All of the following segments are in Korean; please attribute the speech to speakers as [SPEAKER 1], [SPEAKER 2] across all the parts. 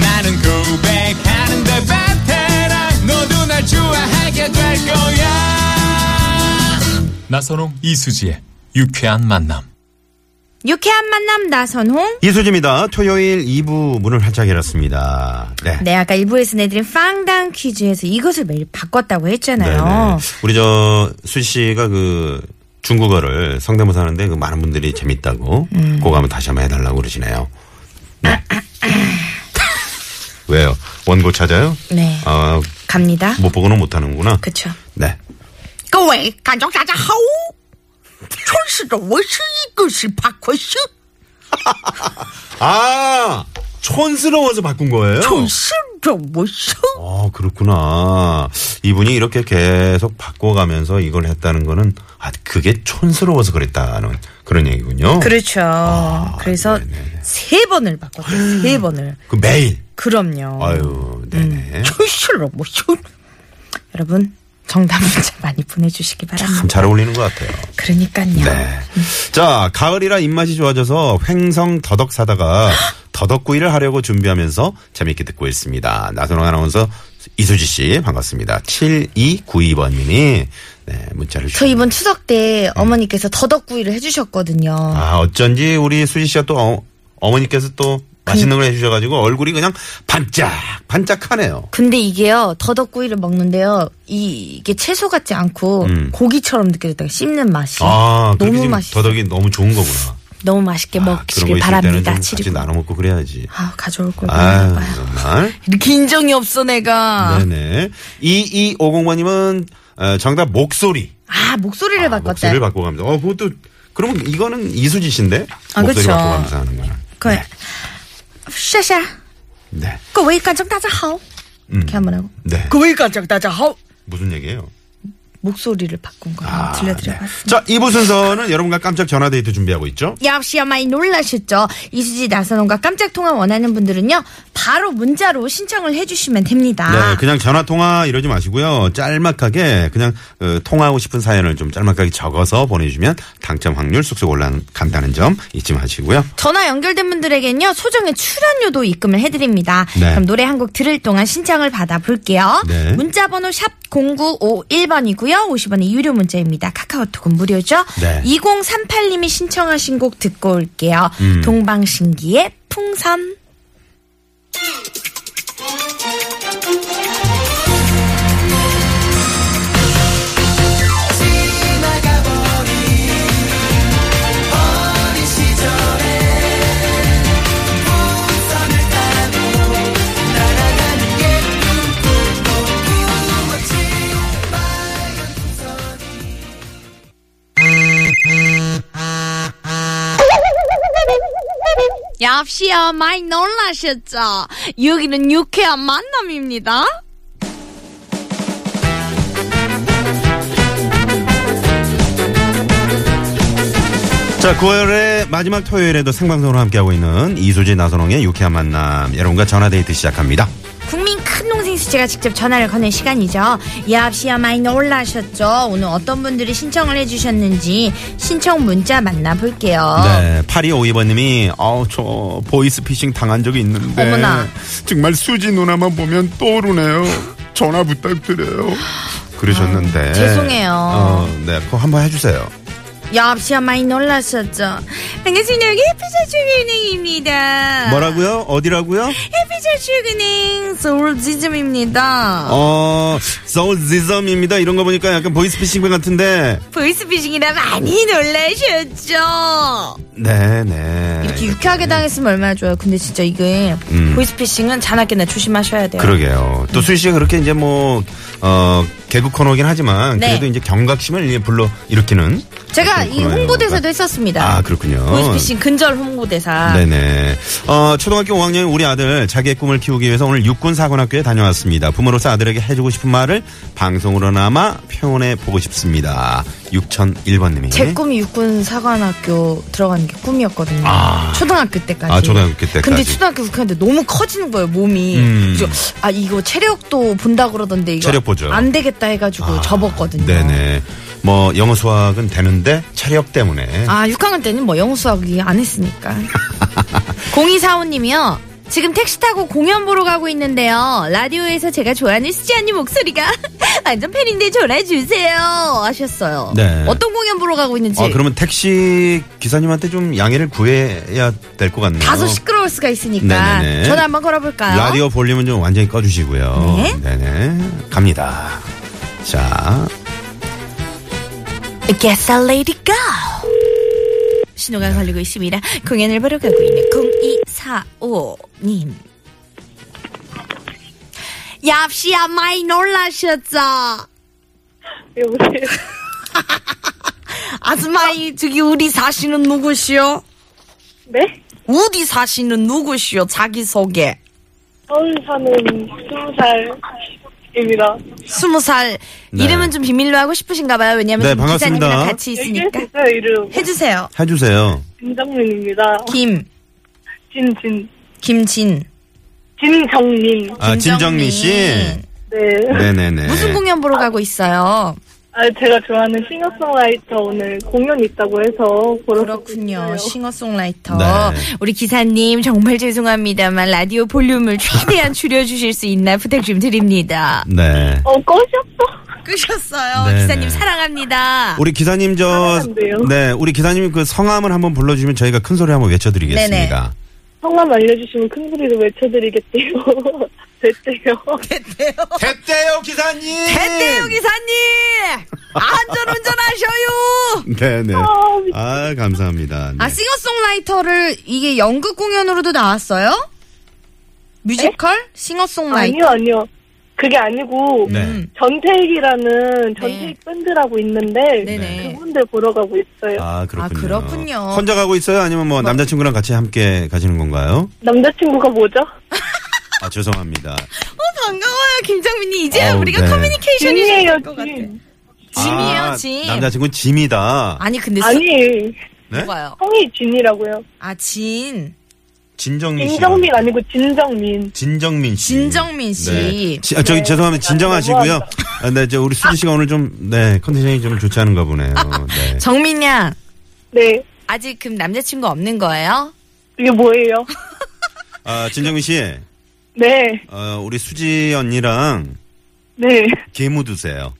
[SPEAKER 1] 나는 고백하는데 베테랑 너도 날 좋아하게 될 거야. 나선홍 이수지의 유쾌한 만남.
[SPEAKER 2] 유쾌한 만남 나선홍.
[SPEAKER 3] 이수지입니다. 토요일 2부 문을 활짝 열었습니다. 네.
[SPEAKER 2] 네, 아까 1부에서 내드린 빵당 퀴즈에서 이것을 매일 바꿨다고
[SPEAKER 3] 네네.
[SPEAKER 2] 했잖아요.
[SPEAKER 3] 우리 저 수지 씨가 그 중국어를 성대모사 하는데 그 많은 분들이 재밌다고 그거 한번 다시 한번 해달라고 그러시네요. 네. 왜요? 원고 찾아요?
[SPEAKER 2] 네.
[SPEAKER 3] 아,
[SPEAKER 2] 갑니다.
[SPEAKER 3] 못 보고는 못 하는구나.
[SPEAKER 2] 그쵸.
[SPEAKER 3] 네.
[SPEAKER 4] 各位观众，大家好！春是中文，是一个是怕困醒，
[SPEAKER 3] 아! 촌스러워서 바꾼 거예요?
[SPEAKER 4] 春是中文生。
[SPEAKER 3] 아, 그렇구나. 이분이 이렇게 계속 바꿔가면서 이걸 했다는 거는, 아, 그게 촌스러워서 그랬다는 그런 얘기군요.
[SPEAKER 2] 그렇죠. 그래서
[SPEAKER 3] 아, 네네네.
[SPEAKER 2] 세 번을 바꿨어요. 세 번을.
[SPEAKER 3] 그 매일.
[SPEAKER 2] 음. 그럼요.
[SPEAKER 3] 아유,
[SPEAKER 2] 음.
[SPEAKER 3] 네네.
[SPEAKER 4] 春是中文生，
[SPEAKER 2] 여러분 정답 문자 많이 보내주시기 바랍니다.
[SPEAKER 3] 참 잘 어울리는 것 같아요.
[SPEAKER 2] 그러니까요.
[SPEAKER 3] 네. 자, 가을이라 입맛이 좋아져서 횡성 더덕 사다가 더덕구이를 하려고 준비하면서 재밌게 듣고 있습니다. 나선홍 아나운서 이수지 씨 반갑습니다. 7292번님이 네, 문자를
[SPEAKER 2] 저
[SPEAKER 3] 주셨네요.
[SPEAKER 2] 이번 추석 때 어머니께서 더덕구이를 해주셨거든요.
[SPEAKER 3] 아, 어쩐지 우리 수지 씨가 또 어, 어머니께서 또
[SPEAKER 2] 그
[SPEAKER 3] 맛있는 걸 해주셔가지고 얼굴이 그냥 반짝, 반짝하네요.
[SPEAKER 2] 근데 이게요 더덕구이를 먹는데요 이, 이게 채소 같지 않고 고기처럼 느껴졌다가 씹는 맛이
[SPEAKER 3] 음. 아, 그렇게
[SPEAKER 2] 너무
[SPEAKER 3] 지금
[SPEAKER 2] 맛있어
[SPEAKER 3] 더덕이 너무 좋은 거구나. 아,
[SPEAKER 2] 너무 맛있게
[SPEAKER 3] 그런 거
[SPEAKER 2] 먹시길
[SPEAKER 3] 있을 때는 좀
[SPEAKER 2] 바랍니다
[SPEAKER 3] 같이
[SPEAKER 2] 치리고
[SPEAKER 3] 나눠 먹고 그래야지.
[SPEAKER 2] 아 가져올 걸
[SPEAKER 3] 아,
[SPEAKER 2] 그랬나봐요
[SPEAKER 3] 정말.
[SPEAKER 2] 이렇게 인정이 없어 내가
[SPEAKER 3] 네네. 2250번님은 어, 정답 목소리.
[SPEAKER 2] 아 목소리를
[SPEAKER 3] 아,
[SPEAKER 2] 바꿨다
[SPEAKER 3] 목소리를 바꿔가면서. 어, 그것도, 그러면 이거는 이수지 씨인데?
[SPEAKER 2] 아,
[SPEAKER 3] 목소리
[SPEAKER 2] 그쵸.
[SPEAKER 3] 바꿔가면서 하는 거는.
[SPEAKER 2] 그 샤샤
[SPEAKER 3] 네.
[SPEAKER 2] 그웨이 간장 따자 하오 이렇게 한번 하고
[SPEAKER 3] 네.
[SPEAKER 2] 그웨이 간장 따자 하오
[SPEAKER 3] 무슨 얘기예요?
[SPEAKER 2] 목소리를 바꾼 거
[SPEAKER 3] 아,
[SPEAKER 2] 한번 들려드려봤습니다
[SPEAKER 3] 자, 2부 순서는 여러분과 깜짝 전화데이트 준비하고 있죠?
[SPEAKER 2] 역시야 많이 놀라셨죠? 이수지 나선홍과 깜짝 통화 원하는 분들은요 바로 문자로 신청을 해주시면 됩니다.
[SPEAKER 3] 네, 그냥 전화 통화 이러지 마시고요. 짤막하게 그냥 어, 통화하고 싶은 사연을 좀 짤막하게 적어서 보내주시면 당첨 확률 쑥쑥 올라간다는 점 잊지 마시고요.
[SPEAKER 2] 전화 연결된 분들에겐요 소정의 출연료도 입금을 해드립니다.
[SPEAKER 3] 네.
[SPEAKER 2] 그럼 노래 한 곡 들을 동안 신청을 받아볼게요.
[SPEAKER 3] 네.
[SPEAKER 2] 문자번호 샵 #0951번이고요, 50원의 유료 문자입니다. 카카오톡은 무료죠.
[SPEAKER 3] 네.
[SPEAKER 2] 2038님이 신청하신 곡 듣고 올게요.
[SPEAKER 3] 음.
[SPEAKER 2] 동방신기의 풍선.
[SPEAKER 5] 역시요 많이 놀라셨죠? 여기는 유쾌한 만남입니다.
[SPEAKER 3] 자, 9월의 마지막 토요일에도 생방송으로 함께하고 있는 이수지 나선홍의 유쾌한 만남. 여러분과 전화데이트 시작합니다.
[SPEAKER 2] 국민 큰 동생 수지가 직접 전화를 거는 시간이죠. 야합시야 많이 놀라셨죠? 오늘 어떤 분들이 신청을 해주셨는지 신청 문자 만나볼게요.
[SPEAKER 3] 네, 8252번님이, 아우, 저 보이스피싱 당한 적이 있는데.
[SPEAKER 2] 어머나.
[SPEAKER 3] 정말 수지 누나만 보면 떠오르네요. 전화 부탁드려요. 그러셨는데.
[SPEAKER 2] 아, 죄송해요.
[SPEAKER 3] 어, 네, 그거 한번 해주세요.
[SPEAKER 2] 야합시야 많이 놀라셨죠? 반갑습니다. 여기 해피저축은행입니다.
[SPEAKER 3] 뭐라고요? 어디라고요?
[SPEAKER 2] 해피저축은행 서울지점입니다.
[SPEAKER 3] 어, 서울지점입니다. 이런 거 보니까 약간 보이스피싱 같은데.
[SPEAKER 2] 보이스피싱이라 많이 놀라셨죠?
[SPEAKER 3] 네, 네.
[SPEAKER 2] 이렇게 유쾌하게 당했으면 얼마나 좋아요. 근데 진짜 이게
[SPEAKER 3] 음.
[SPEAKER 2] 보이스피싱은 자나깨나 조심하셔야 돼요.
[SPEAKER 3] 그러게요. 또 수희 씨가 그렇게 이제 뭐, 어, 개그 코너긴 하지만
[SPEAKER 2] 네.
[SPEAKER 3] 그래도 이제 경각심을 이제 불러 일으키는
[SPEAKER 2] 제가
[SPEAKER 3] 그런
[SPEAKER 2] 이
[SPEAKER 3] 코너예요.
[SPEAKER 2] 홍보대사도 했었습니다.
[SPEAKER 3] 아, 그렇군요.
[SPEAKER 2] 고이스피 씨 근절 홍보대사.
[SPEAKER 3] 네네. 어, 초등학교 5학년인 우리 아들 자기의 꿈을 키우기 위해서 오늘 육군사관학교에 다녀왔습니다. 부모로서 아들에게 해주고 싶은 말을 방송으로나마 표현해 보고 싶습니다. 6001번님이.
[SPEAKER 2] 제 꿈이 육군 사관학교 들어가는 게 꿈이었거든요.
[SPEAKER 3] 아.
[SPEAKER 2] 초등학교 때까지.
[SPEAKER 3] 아, 초등학교 때까지.
[SPEAKER 2] 근데 초등학교 국회한테 너무 커지는 거예요, 몸이.
[SPEAKER 3] 음.
[SPEAKER 2] 그래서 아, 이거 체력도 본다 그러던데 이거
[SPEAKER 3] 체력 보죠. 아,
[SPEAKER 2] 안 되겠다 해 가지고 접었거든요.
[SPEAKER 3] 네네. 뭐, 영어 수학은 되는데 체력 때문에.
[SPEAKER 2] 아, 6학년 때는 뭐 영어 수학이 안 했으니까. 0245님이요. 지금 택시 타고 공연 보러 가고 있는데요. 라디오에서 제가 좋아하는 수지 언니 목소리가 완전 팬인데 전화 주세요. 하셨어요.
[SPEAKER 3] 네.
[SPEAKER 2] 어떤 공연 보러 가고 있는지.
[SPEAKER 3] 아, 그러면 택시 기사님한테 좀 양해를 구해야 될 것 같네요.
[SPEAKER 2] 다소 시끄러울 수가 있으니까
[SPEAKER 3] 어. 네네네.
[SPEAKER 2] 전화 한번 걸어볼까요?
[SPEAKER 3] 라디오 볼륨은 좀 완전히 꺼주시고요.
[SPEAKER 2] 네.
[SPEAKER 3] 네네. 갑니다. 자,
[SPEAKER 2] Guess a lady go. 신호가 걸리고 있습니다. 공연을 보러 가고 있는 0245님.
[SPEAKER 5] 얍시야 많이 놀라셨죠?
[SPEAKER 6] 여보세요.
[SPEAKER 5] 아줌마이 저기 우리 사시는 누구시오?
[SPEAKER 6] 네?
[SPEAKER 5] 우리 사시는 누구시오? 자기소개
[SPEAKER 6] 서울 사는 스무 살입니다.
[SPEAKER 5] 스무 살
[SPEAKER 3] 네.
[SPEAKER 5] 이름은 좀 비밀로 하고 싶으신가 봐요 왜냐면
[SPEAKER 3] 네,
[SPEAKER 5] 지금
[SPEAKER 3] 반갑습니다.
[SPEAKER 5] 기자님이랑 같이 있으니까
[SPEAKER 6] 얘기했어요, 이름.
[SPEAKER 2] 해주세요.
[SPEAKER 3] 해주세요.
[SPEAKER 6] 김정민입니다.
[SPEAKER 2] 김,
[SPEAKER 6] 진, 진.
[SPEAKER 2] 김진.
[SPEAKER 6] 진정민.
[SPEAKER 3] 아, 진정민 씨.
[SPEAKER 6] 네.
[SPEAKER 3] 네네네.
[SPEAKER 2] 무슨 공연 보러 가고 있어요?
[SPEAKER 6] 아, 제가 좋아하는 싱어송라이터 오늘 공연 있다고 해서 보러 가고
[SPEAKER 2] 그렇군요.
[SPEAKER 6] 있어요.
[SPEAKER 2] 싱어송라이터.
[SPEAKER 3] 네.
[SPEAKER 2] 우리 기사님, 정말 죄송합니다만, 라디오 볼륨을 최대한 줄여주실 수 있나 부탁 좀 드립니다.
[SPEAKER 3] 네.
[SPEAKER 6] 어, 꺼셨어?
[SPEAKER 2] 끄셨어요.
[SPEAKER 3] 네네.
[SPEAKER 2] 기사님, 사랑합니다.
[SPEAKER 3] 우리 기사님 저,
[SPEAKER 6] 안 돼요.
[SPEAKER 3] 네, 우리 기사님 그 성함을 한번 불러주시면 저희가 큰 소리 한번 외쳐드리겠습니다.
[SPEAKER 6] 성함 알려주시면 큰 소리로 외쳐드리겠대요. 됐대요.
[SPEAKER 3] 됐대요, 기사님! 네.
[SPEAKER 2] 배대우 기사님! 안전운전 하셔요!
[SPEAKER 3] 네네.
[SPEAKER 6] 아, 미치겠다.
[SPEAKER 3] 아, 감사합니다. 네.
[SPEAKER 2] 아, 싱어송라이터를 이게 연극 공연으로도 나왔어요? 뮤지컬? 싱어송라이터?
[SPEAKER 6] 아니요, 아니요. 그게 아니고,
[SPEAKER 2] 음.
[SPEAKER 3] 네.
[SPEAKER 6] 전태익이라는 전태익 밴드라고 있는데,
[SPEAKER 2] 네네.
[SPEAKER 6] 그분들 보러 가고 있어요.
[SPEAKER 3] 아, 그렇군요.
[SPEAKER 2] 아, 그렇군요.
[SPEAKER 3] 혼자 가고 있어요? 아니면 뭐 남자친구랑 같이 함께 가시는 건가요?
[SPEAKER 6] 남자친구가 뭐죠?
[SPEAKER 3] 아, 죄송합니다.
[SPEAKER 2] 어, 반가워요, 김정민님. 이제
[SPEAKER 3] 어우,
[SPEAKER 2] 우리가
[SPEAKER 3] 네.
[SPEAKER 2] 커뮤니케이션이
[SPEAKER 6] 진이에요,
[SPEAKER 2] 될것 같아.
[SPEAKER 6] 진.
[SPEAKER 2] 짐이에요,
[SPEAKER 3] 아,
[SPEAKER 2] 짐.
[SPEAKER 3] 남자친구는 짐이다.
[SPEAKER 2] 아니, 근데 스
[SPEAKER 6] 아니,
[SPEAKER 3] 네?
[SPEAKER 2] 뭐요
[SPEAKER 6] 성이 진이라고요.
[SPEAKER 2] 아, 진.
[SPEAKER 3] 진정민 씨.
[SPEAKER 6] 진정민 아니고 진정민.
[SPEAKER 3] 진정민 씨.
[SPEAKER 2] 진정민 씨.
[SPEAKER 3] 네. 지- 아, 저기 죄송합니다. 진정하시고요. 아, 네, 저 우리 수지 씨가 오늘 좀, 네, 컨디션이 좀 좋지 않은가 보네요. 네.
[SPEAKER 2] 정민 양,
[SPEAKER 6] 네,
[SPEAKER 2] 아직 그럼 남자친구 없는 거예요?
[SPEAKER 6] 이게 뭐예요?
[SPEAKER 3] 아, 진정민 씨.
[SPEAKER 6] 네,
[SPEAKER 3] 어, 우리 수지 언니랑
[SPEAKER 6] 네.
[SPEAKER 3] 개무 드세요.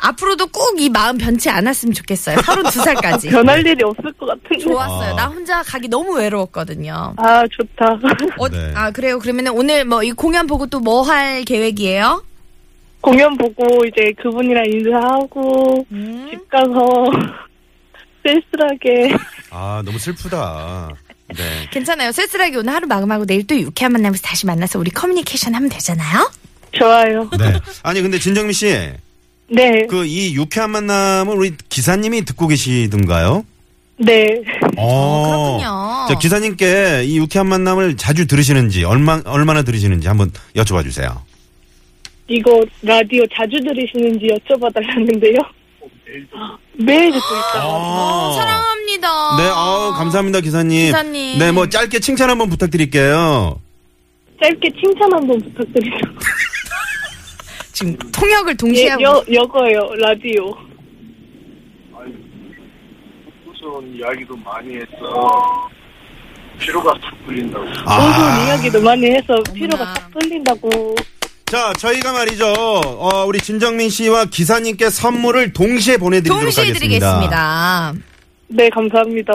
[SPEAKER 2] 앞으로도 꼭 이 마음 변치 않았으면 좋겠어요. 32살까지.
[SPEAKER 6] 변할 일이 없을 것 같은데.
[SPEAKER 2] 좋았어요.
[SPEAKER 3] 그렇죠. 아.
[SPEAKER 2] 나 혼자 가기 너무 외로웠거든요.
[SPEAKER 6] 아, 좋다.
[SPEAKER 2] 어,
[SPEAKER 3] 네.
[SPEAKER 2] 아, 그래요? 그러면 오늘 뭐 이 공연 보고 또 뭐 할 계획이에요?
[SPEAKER 6] 공연 보고 이제 그분이랑 인사하고,
[SPEAKER 2] 음.
[SPEAKER 6] 집 가서 쓸쓸하게.
[SPEAKER 3] 아, 너무 슬프다. 네.
[SPEAKER 2] 괜찮아요. 쓸쓸하게 오늘 하루 마감하고 내일 또 유쾌한 만남에서 다시 만나서 우리 커뮤니케이션 하면 되잖아요?
[SPEAKER 6] 좋아요.
[SPEAKER 3] 네. 아니, 근데 진정민 씨.
[SPEAKER 6] 네,
[SPEAKER 3] 그 이 유쾌한 만남을 우리 기사님이 듣고 계시던가요?
[SPEAKER 6] 네.
[SPEAKER 3] 어,
[SPEAKER 2] 그렇군요.
[SPEAKER 3] 자, 기사님께 이 유쾌한 만남을 자주 들으시는지, 얼마, 얼마나 들으시는지 한번 여쭤봐 주세요.
[SPEAKER 6] 이거 라디오 자주 들으시는지 여쭤봐달라는데요. 매일 듣고
[SPEAKER 3] 아.
[SPEAKER 6] 있다.
[SPEAKER 2] 어, 사랑합니다.
[SPEAKER 3] 어. 네, 아우, 감사합니다, 기사님.
[SPEAKER 2] 기사님.
[SPEAKER 3] 네, 뭐, 짧게 칭찬 한번 부탁드릴게요.
[SPEAKER 6] 짧게 칭찬 한번 부탁드립니다.
[SPEAKER 2] 지금 통역을 동시에
[SPEAKER 6] 예,
[SPEAKER 2] 하고
[SPEAKER 6] 여, 여거요, 라디오.
[SPEAKER 7] 무슨 이야기도 많이 했어. 피로가 툭 풀린다고.
[SPEAKER 3] 아.
[SPEAKER 6] 오늘 이야기도 많이 해서 피로가 딱 풀린다고.
[SPEAKER 3] 자, 저희가 말이죠. 어, 우리 진정민 씨와 기사님께 선물을 동시에 보내드리도록
[SPEAKER 2] 동시에
[SPEAKER 3] 하겠습니다.
[SPEAKER 2] 드리겠습니다.
[SPEAKER 6] 네, 감사합니다.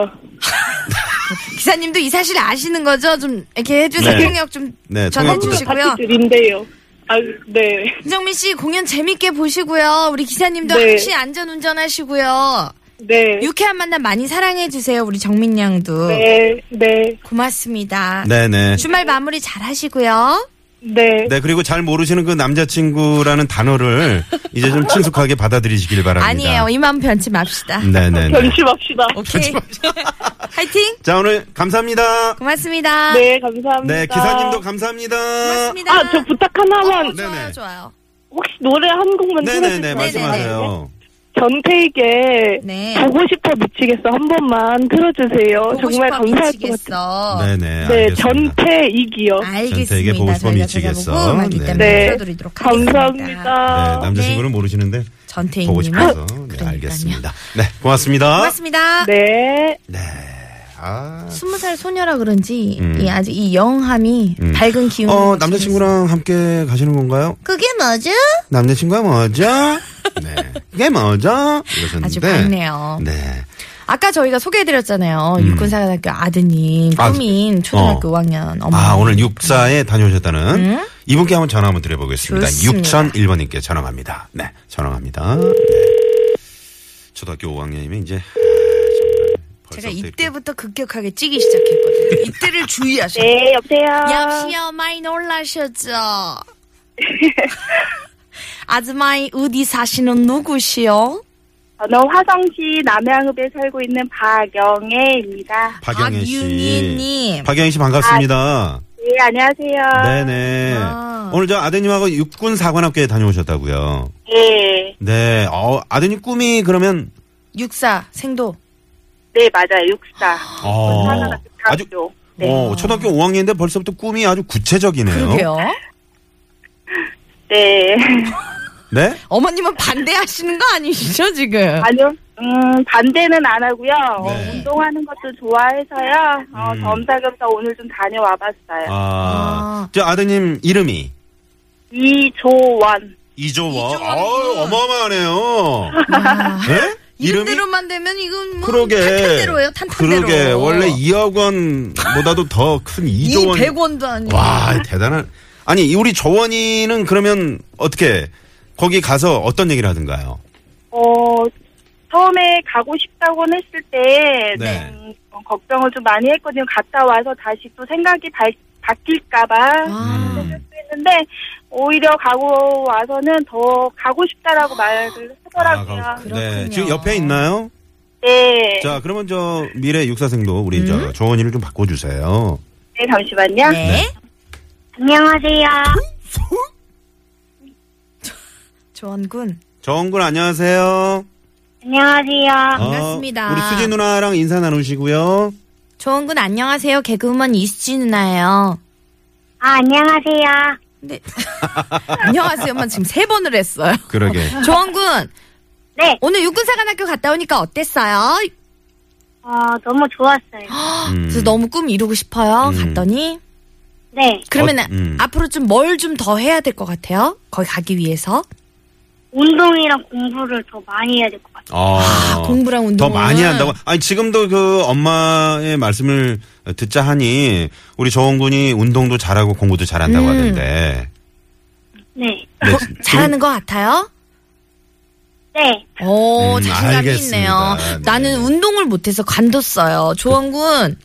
[SPEAKER 2] 기사님도 이 사실 아시는 거죠? 좀 이렇게 해주세요.
[SPEAKER 3] 네.
[SPEAKER 2] 통역 좀
[SPEAKER 3] 네,
[SPEAKER 2] 전해
[SPEAKER 3] 통역
[SPEAKER 2] 주시고요.
[SPEAKER 6] 파티들인데요. 아, 네.
[SPEAKER 2] 김정민 씨 공연 재밌게 보시고요. 우리 기사님도
[SPEAKER 6] 네.
[SPEAKER 2] 항시 안전 운전하시고요.
[SPEAKER 6] 네.
[SPEAKER 2] 유쾌한 만남 많이 사랑해 주세요. 우리 정민 양도
[SPEAKER 6] 네, 네,
[SPEAKER 2] 고맙습니다.
[SPEAKER 3] 네네.
[SPEAKER 2] 주말 마무리 잘 하시고요.
[SPEAKER 6] 네.
[SPEAKER 3] 네, 그리고 잘 모르시는 그 남자친구라는 단어를 이제 좀 친숙하게 받아들이시길 바랍니다. 음.
[SPEAKER 2] 아니에요. 이만 변치 맙시다.
[SPEAKER 3] 네네.
[SPEAKER 6] 변심합시다.
[SPEAKER 2] 오케이. 화이팅!
[SPEAKER 3] 자, 오늘 감사합니다.
[SPEAKER 2] 고맙습니다.
[SPEAKER 6] 네, 감사합니다.
[SPEAKER 3] 네, 기사님도 감사합니다.
[SPEAKER 2] 고맙습니다.
[SPEAKER 6] 아, 저 부탁 하나만
[SPEAKER 2] 어, 좋아요,
[SPEAKER 3] 네네.
[SPEAKER 2] 좋아요.
[SPEAKER 6] 혹시 노래 한 곡만 틀어주세요.
[SPEAKER 3] 네네네, 말씀하세요.
[SPEAKER 6] 전태익의
[SPEAKER 2] 네.
[SPEAKER 6] 보고 싶어 미치겠어 한 번만 틀어주세요.
[SPEAKER 2] 보고
[SPEAKER 6] 정말
[SPEAKER 2] 싶어 아,
[SPEAKER 6] 감사할 것 같아요.
[SPEAKER 2] 미치겠어.
[SPEAKER 3] 네네.
[SPEAKER 6] 네,
[SPEAKER 3] 알겠습니다.
[SPEAKER 6] 전태익이요.
[SPEAKER 3] 전태에게
[SPEAKER 8] 알겠습니다.
[SPEAKER 3] 보고 싶어
[SPEAKER 8] 저희가
[SPEAKER 3] 미치겠어.
[SPEAKER 8] 찾아보고 음악이기
[SPEAKER 3] 네.
[SPEAKER 8] 때문에
[SPEAKER 6] 네.
[SPEAKER 8] 틀어드리도록 하겠습니다.
[SPEAKER 6] 감사합니다.
[SPEAKER 3] 네, 남자친구는 모르시는데
[SPEAKER 8] 전태인님은
[SPEAKER 3] 보고 싶어서. 네,
[SPEAKER 8] 그러니까요.
[SPEAKER 3] 알겠습니다. 네, 고맙습니다.
[SPEAKER 2] 고맙습니다.
[SPEAKER 6] 네.
[SPEAKER 3] 아.
[SPEAKER 2] 스무 살 소녀라 그런지
[SPEAKER 3] 음.
[SPEAKER 2] 이 아주 이 영함이
[SPEAKER 3] 음.
[SPEAKER 2] 밝은 기운.
[SPEAKER 3] 어, 남자친구랑 함께 가시는 건가요?
[SPEAKER 8] 그게 뭐죠?
[SPEAKER 3] 남자친구가 뭐죠? 네. 그게 뭐죠? 이러셨는데.
[SPEAKER 2] 아주 밝네요.
[SPEAKER 3] 네.
[SPEAKER 2] 아까 저희가 소개해드렸잖아요. 육군사관학교 아드님
[SPEAKER 3] 음. 아,
[SPEAKER 2] 꿈인 초등학교
[SPEAKER 3] 어.
[SPEAKER 2] 5학년 엄마.
[SPEAKER 3] 아, 오늘 육사에 다녀오셨다는 이분께 한번 전화 한번 드려보겠습니다.
[SPEAKER 2] 좋습니다.
[SPEAKER 3] 6001번님께 전화갑니다. 네, 전화갑니다. 네. 초등학교 5학년이면 이제. 아, 정말
[SPEAKER 2] 제가
[SPEAKER 3] 벌써부터 이렇게
[SPEAKER 2] 이때부터 급격하게 찌기 시작했거든요. 이때를 주의하셔.
[SPEAKER 6] 네, 여보세요.
[SPEAKER 2] 야시야 많이 놀라셨죠? 아즈마이 어디 사시는 누구시요?
[SPEAKER 6] 저는 화성시 남양읍에 살고 있는 박영애입니다.
[SPEAKER 3] 박영애 씨.
[SPEAKER 8] 박윤희님.
[SPEAKER 3] 박영애 씨 반갑습니다.
[SPEAKER 6] 네, 안녕하세요.
[SPEAKER 3] 네네.
[SPEAKER 2] 아.
[SPEAKER 3] 오늘 저 아드님하고 육군사관학교에 다녀오셨다고요.
[SPEAKER 6] 네,
[SPEAKER 3] 네. 어, 아드님 꿈이 그러면
[SPEAKER 2] 육사 생도.
[SPEAKER 6] 네, 맞아요. 육사.
[SPEAKER 3] 어,
[SPEAKER 6] 하나가
[SPEAKER 3] 아주
[SPEAKER 6] 학교. 네.
[SPEAKER 3] 어, 초등학교 5학년인데 벌써부터 꿈이 아주 구체적이네요.
[SPEAKER 2] 그러게요.
[SPEAKER 6] 네.
[SPEAKER 3] 네?
[SPEAKER 2] 어머님은 반대하시는 거 아니시죠 지금?
[SPEAKER 6] 아니요. 음, 반대는 안 하고요.
[SPEAKER 3] 네.
[SPEAKER 6] 어, 운동하는 것도 좋아해서요. 어,
[SPEAKER 3] 음.
[SPEAKER 6] 겸사겸사 오늘 좀 다녀와 봤어요.
[SPEAKER 3] 아, 저 아드님 이름이
[SPEAKER 6] 이조원.
[SPEAKER 3] 이조원. 아유, 어마어마하네요. 네?
[SPEAKER 2] 아. 이름대로만 되면 이건 뭐
[SPEAKER 3] 그러게.
[SPEAKER 2] 탄탄대로예요 탄탄대로.
[SPEAKER 3] 그러게. 원래 2억 원보다도 더 큰 이조원.
[SPEAKER 2] 100원도 아니고.
[SPEAKER 3] 와, 대단한. 아니, 우리 조원이는 그러면 어떻게 거기 가서 어떤 얘기를 하던가요?
[SPEAKER 6] 어, 처음에 가고 싶다고는 했을 때,
[SPEAKER 3] 네.
[SPEAKER 6] 음, 어, 걱정을 좀 많이 했거든요. 갔다 와서 다시 또 생각이 바, 바뀔까봐.
[SPEAKER 2] 아,
[SPEAKER 3] 음.
[SPEAKER 6] 했는데, 오히려 가고 와서는 더 가고 싶다라고 말을 하더라고요.
[SPEAKER 3] 아, 그- 네.
[SPEAKER 2] 그렇군요.
[SPEAKER 3] 지금 옆에 있나요?
[SPEAKER 6] 네.
[SPEAKER 3] 자, 그러면 저 미래 육사생도 우리 저
[SPEAKER 2] 음?
[SPEAKER 3] 조원이를 좀 바꿔주세요.
[SPEAKER 6] 네, 잠시만요.
[SPEAKER 3] 네.
[SPEAKER 6] 안녕하세요.
[SPEAKER 2] 조원군.
[SPEAKER 3] 정군 안녕하세요.
[SPEAKER 6] 안녕하세요.
[SPEAKER 2] 아, 반갑습니다.
[SPEAKER 3] 어, 우리 수지 누나랑 인사 나누시고요.
[SPEAKER 2] 조원군 안녕하세요. 개그우먼 이수지 누나예요.
[SPEAKER 6] 아, 안녕하세요.
[SPEAKER 2] 네. 안녕하세요만 지금 세 번을 했어요.
[SPEAKER 3] 그러게.
[SPEAKER 2] 조원군.
[SPEAKER 6] 네.
[SPEAKER 2] 오늘 육군사관학교 갔다 오니까 어땠어요?
[SPEAKER 6] 어, 너무 좋았어요.
[SPEAKER 3] 음.
[SPEAKER 2] 그래서 너무 꿈 이루고 싶어요.
[SPEAKER 3] 음.
[SPEAKER 2] 갔더니.
[SPEAKER 6] 네.
[SPEAKER 2] 그러면
[SPEAKER 3] 어, 음.
[SPEAKER 2] 앞으로 좀 뭘 좀 더 해야 될 것 같아요? 거기 가기 위해서.
[SPEAKER 6] 운동이랑 공부를 더 많이 해야 될 것 같아요.
[SPEAKER 3] 아,
[SPEAKER 2] 공부랑 운동.
[SPEAKER 3] 더 많이 한다고. 아니 지금도 그 엄마의 말씀을 듣자 하니 우리 조원 군이 운동도 잘하고 공부도 잘한다고
[SPEAKER 2] 음.
[SPEAKER 3] 하는데.
[SPEAKER 6] 네.
[SPEAKER 3] 네,
[SPEAKER 2] 거-
[SPEAKER 3] 지금-
[SPEAKER 2] 잘하는 것 같아요?
[SPEAKER 6] 네.
[SPEAKER 2] 오,
[SPEAKER 3] 음,
[SPEAKER 2] 자신감이
[SPEAKER 3] 알겠습니다.
[SPEAKER 2] 있네요.
[SPEAKER 3] 네.
[SPEAKER 2] 나는 운동을 못해서 관뒀어요. 조원군,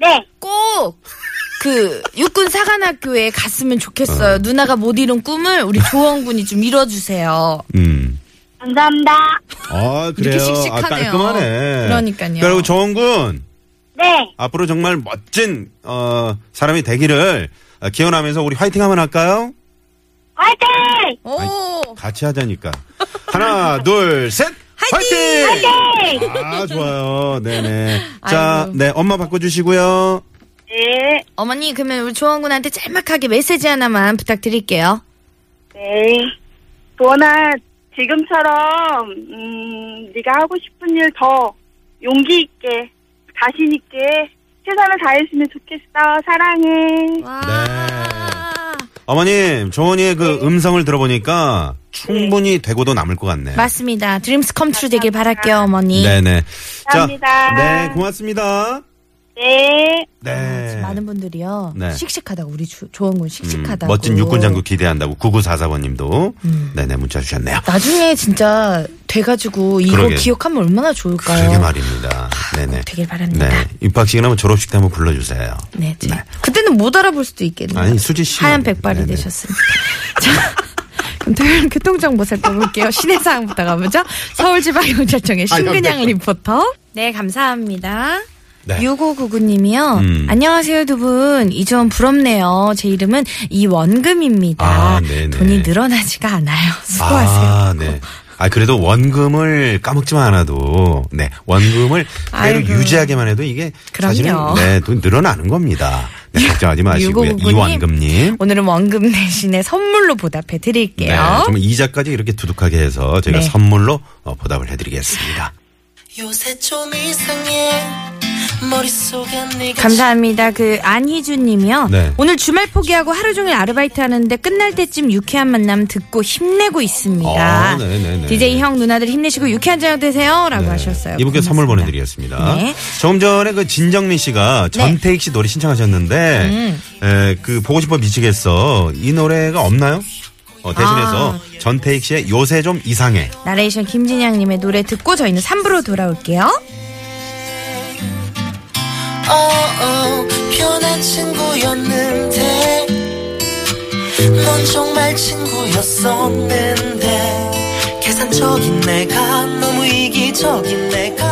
[SPEAKER 6] 네.
[SPEAKER 2] 꼭! 그, 육군 사관학교에 갔으면 좋겠어요. 누나가 못 이룬 꿈을 우리 조원군이 좀 이뤄주세요.
[SPEAKER 3] 음.
[SPEAKER 6] 감사합니다.
[SPEAKER 3] 아 그래요.
[SPEAKER 2] 이렇게 씩씩하네요.
[SPEAKER 3] 아, 깔끔하네.
[SPEAKER 2] 그러니까요.
[SPEAKER 3] 그리고 조원 군
[SPEAKER 6] 네.
[SPEAKER 3] 앞으로 정말 멋진 어 사람이 되기를 어, 기원하면서 우리 화이팅 한번 할까요?
[SPEAKER 6] 화이팅!
[SPEAKER 2] 오!
[SPEAKER 3] 같이 하자니까. 하나, 둘, 셋. 화이팅! 아, 좋아요. 네네. 자,
[SPEAKER 2] 아이고.
[SPEAKER 3] 네, 엄마 바꿔주시고요.
[SPEAKER 6] 네.
[SPEAKER 2] 어머니, 그러면 우리 조원군한테 짤막하게 메시지 하나만 부탁드릴게요.
[SPEAKER 6] 네. 도원아, 지금처럼, 음, 네가 하고 싶은 일 더 용기 있게, 자신 있게, 최선을 다했으면 좋겠어. 사랑해.
[SPEAKER 2] 와. 아.
[SPEAKER 3] 네. 어머님, 조원이의 그
[SPEAKER 2] 네.
[SPEAKER 3] 음성을 들어보니까 충분히 되고도 남을 것 같네요.
[SPEAKER 2] 맞습니다. 드림스 컴트루 되길 바랄게요, 어머니.
[SPEAKER 3] 네네. 자,
[SPEAKER 6] 감사합니다.
[SPEAKER 3] 네, 고맙습니다.
[SPEAKER 6] 네.
[SPEAKER 3] 네.
[SPEAKER 2] 아, 많은 분들이요.
[SPEAKER 3] 네.
[SPEAKER 2] 씩씩하다고, 우리 조, 조원군
[SPEAKER 3] 음,
[SPEAKER 2] 씩씩하다고. 음. 아,
[SPEAKER 3] 멋진 육군 장구 기대한다고 9944번님도 네네 문자 주셨네요.
[SPEAKER 2] 나중에 진짜 돼가지고 이거
[SPEAKER 3] 그러게.
[SPEAKER 2] 기억하면 얼마나 좋을까요?
[SPEAKER 3] 그러게 말입니다.
[SPEAKER 2] 아,
[SPEAKER 3] 네네.
[SPEAKER 2] 되길 바랍니다.
[SPEAKER 3] 네. 입학식이나 뭐 졸업식 때 한번 불러주세요.
[SPEAKER 2] 네, 제- 그때는 못 알아볼 수도 있겠네요.
[SPEAKER 3] 아니, 수지 씨.
[SPEAKER 2] 하얀 백발이
[SPEAKER 3] 네네.
[SPEAKER 2] 되셨습니다. 자, 그럼 토요일 교통정보 살펴볼게요. 시내 상황부터 가보죠. 서울지방경찰청의 신근양 리포터. 네, 감사합니다.
[SPEAKER 3] 네.
[SPEAKER 2] 6599님이요.
[SPEAKER 3] 음.
[SPEAKER 2] 안녕하세요, 두 분. 이좀 부럽네요. 제 이름은 이원금입니다.
[SPEAKER 3] 아, 네네.
[SPEAKER 2] 돈이 늘어나지가 않아요. 수고하세요.
[SPEAKER 3] 아, 네. 아, 그래도 원금을 까먹지만 않아도, 네. 원금을 그대로
[SPEAKER 2] 아이고.
[SPEAKER 3] 유지하기만 해도 이게 사실은,
[SPEAKER 2] 그럼요.
[SPEAKER 3] 네. 돈 늘어나는 겁니다. 네. 걱정하지 마시고요.
[SPEAKER 2] 6599님.
[SPEAKER 3] 이원금님.
[SPEAKER 2] 오늘은 원금 대신에 선물로 보답해 드릴게요.
[SPEAKER 3] 네. 정말 이자까지 이렇게 두둑하게 해서 저희가
[SPEAKER 2] 네.
[SPEAKER 3] 선물로 어, 보답을 해드리겠습니다.
[SPEAKER 9] 요새 좀 이상해 머릿속에 네가
[SPEAKER 2] 감사합니다. 그 안희주님이요.
[SPEAKER 3] 네.
[SPEAKER 2] 오늘 주말 포기하고 하루 종일 아르바이트 하는데 끝날 때쯤 유쾌한 만남 듣고 힘내고 있습니다.
[SPEAKER 3] 어, 네네네. 네.
[SPEAKER 2] DJ 형 누나들 힘내시고 유쾌한 저녁 되세요라고 하셨어요.
[SPEAKER 3] 이분께
[SPEAKER 2] 고맙습니다.
[SPEAKER 3] 선물 보내드리겠습니다.
[SPEAKER 2] 네.
[SPEAKER 3] 조금 전에 그 진정민 씨가 전태익 씨 노래 신청하셨는데,
[SPEAKER 2] 음.
[SPEAKER 3] 에, 그 보고 싶어 미치겠어 이 노래가 없나요? 어, 대신해서
[SPEAKER 2] 아.
[SPEAKER 3] 전태익 씨의 요새 좀 이상해.
[SPEAKER 2] 나레이션 김진양님의 노래 듣고 저희는 3부로 돌아올게요.
[SPEAKER 9] 어, 어어 편한 친구였는데 넌 정말 친구였었는데 계산적인 내가 아, 너무 이기적인 내가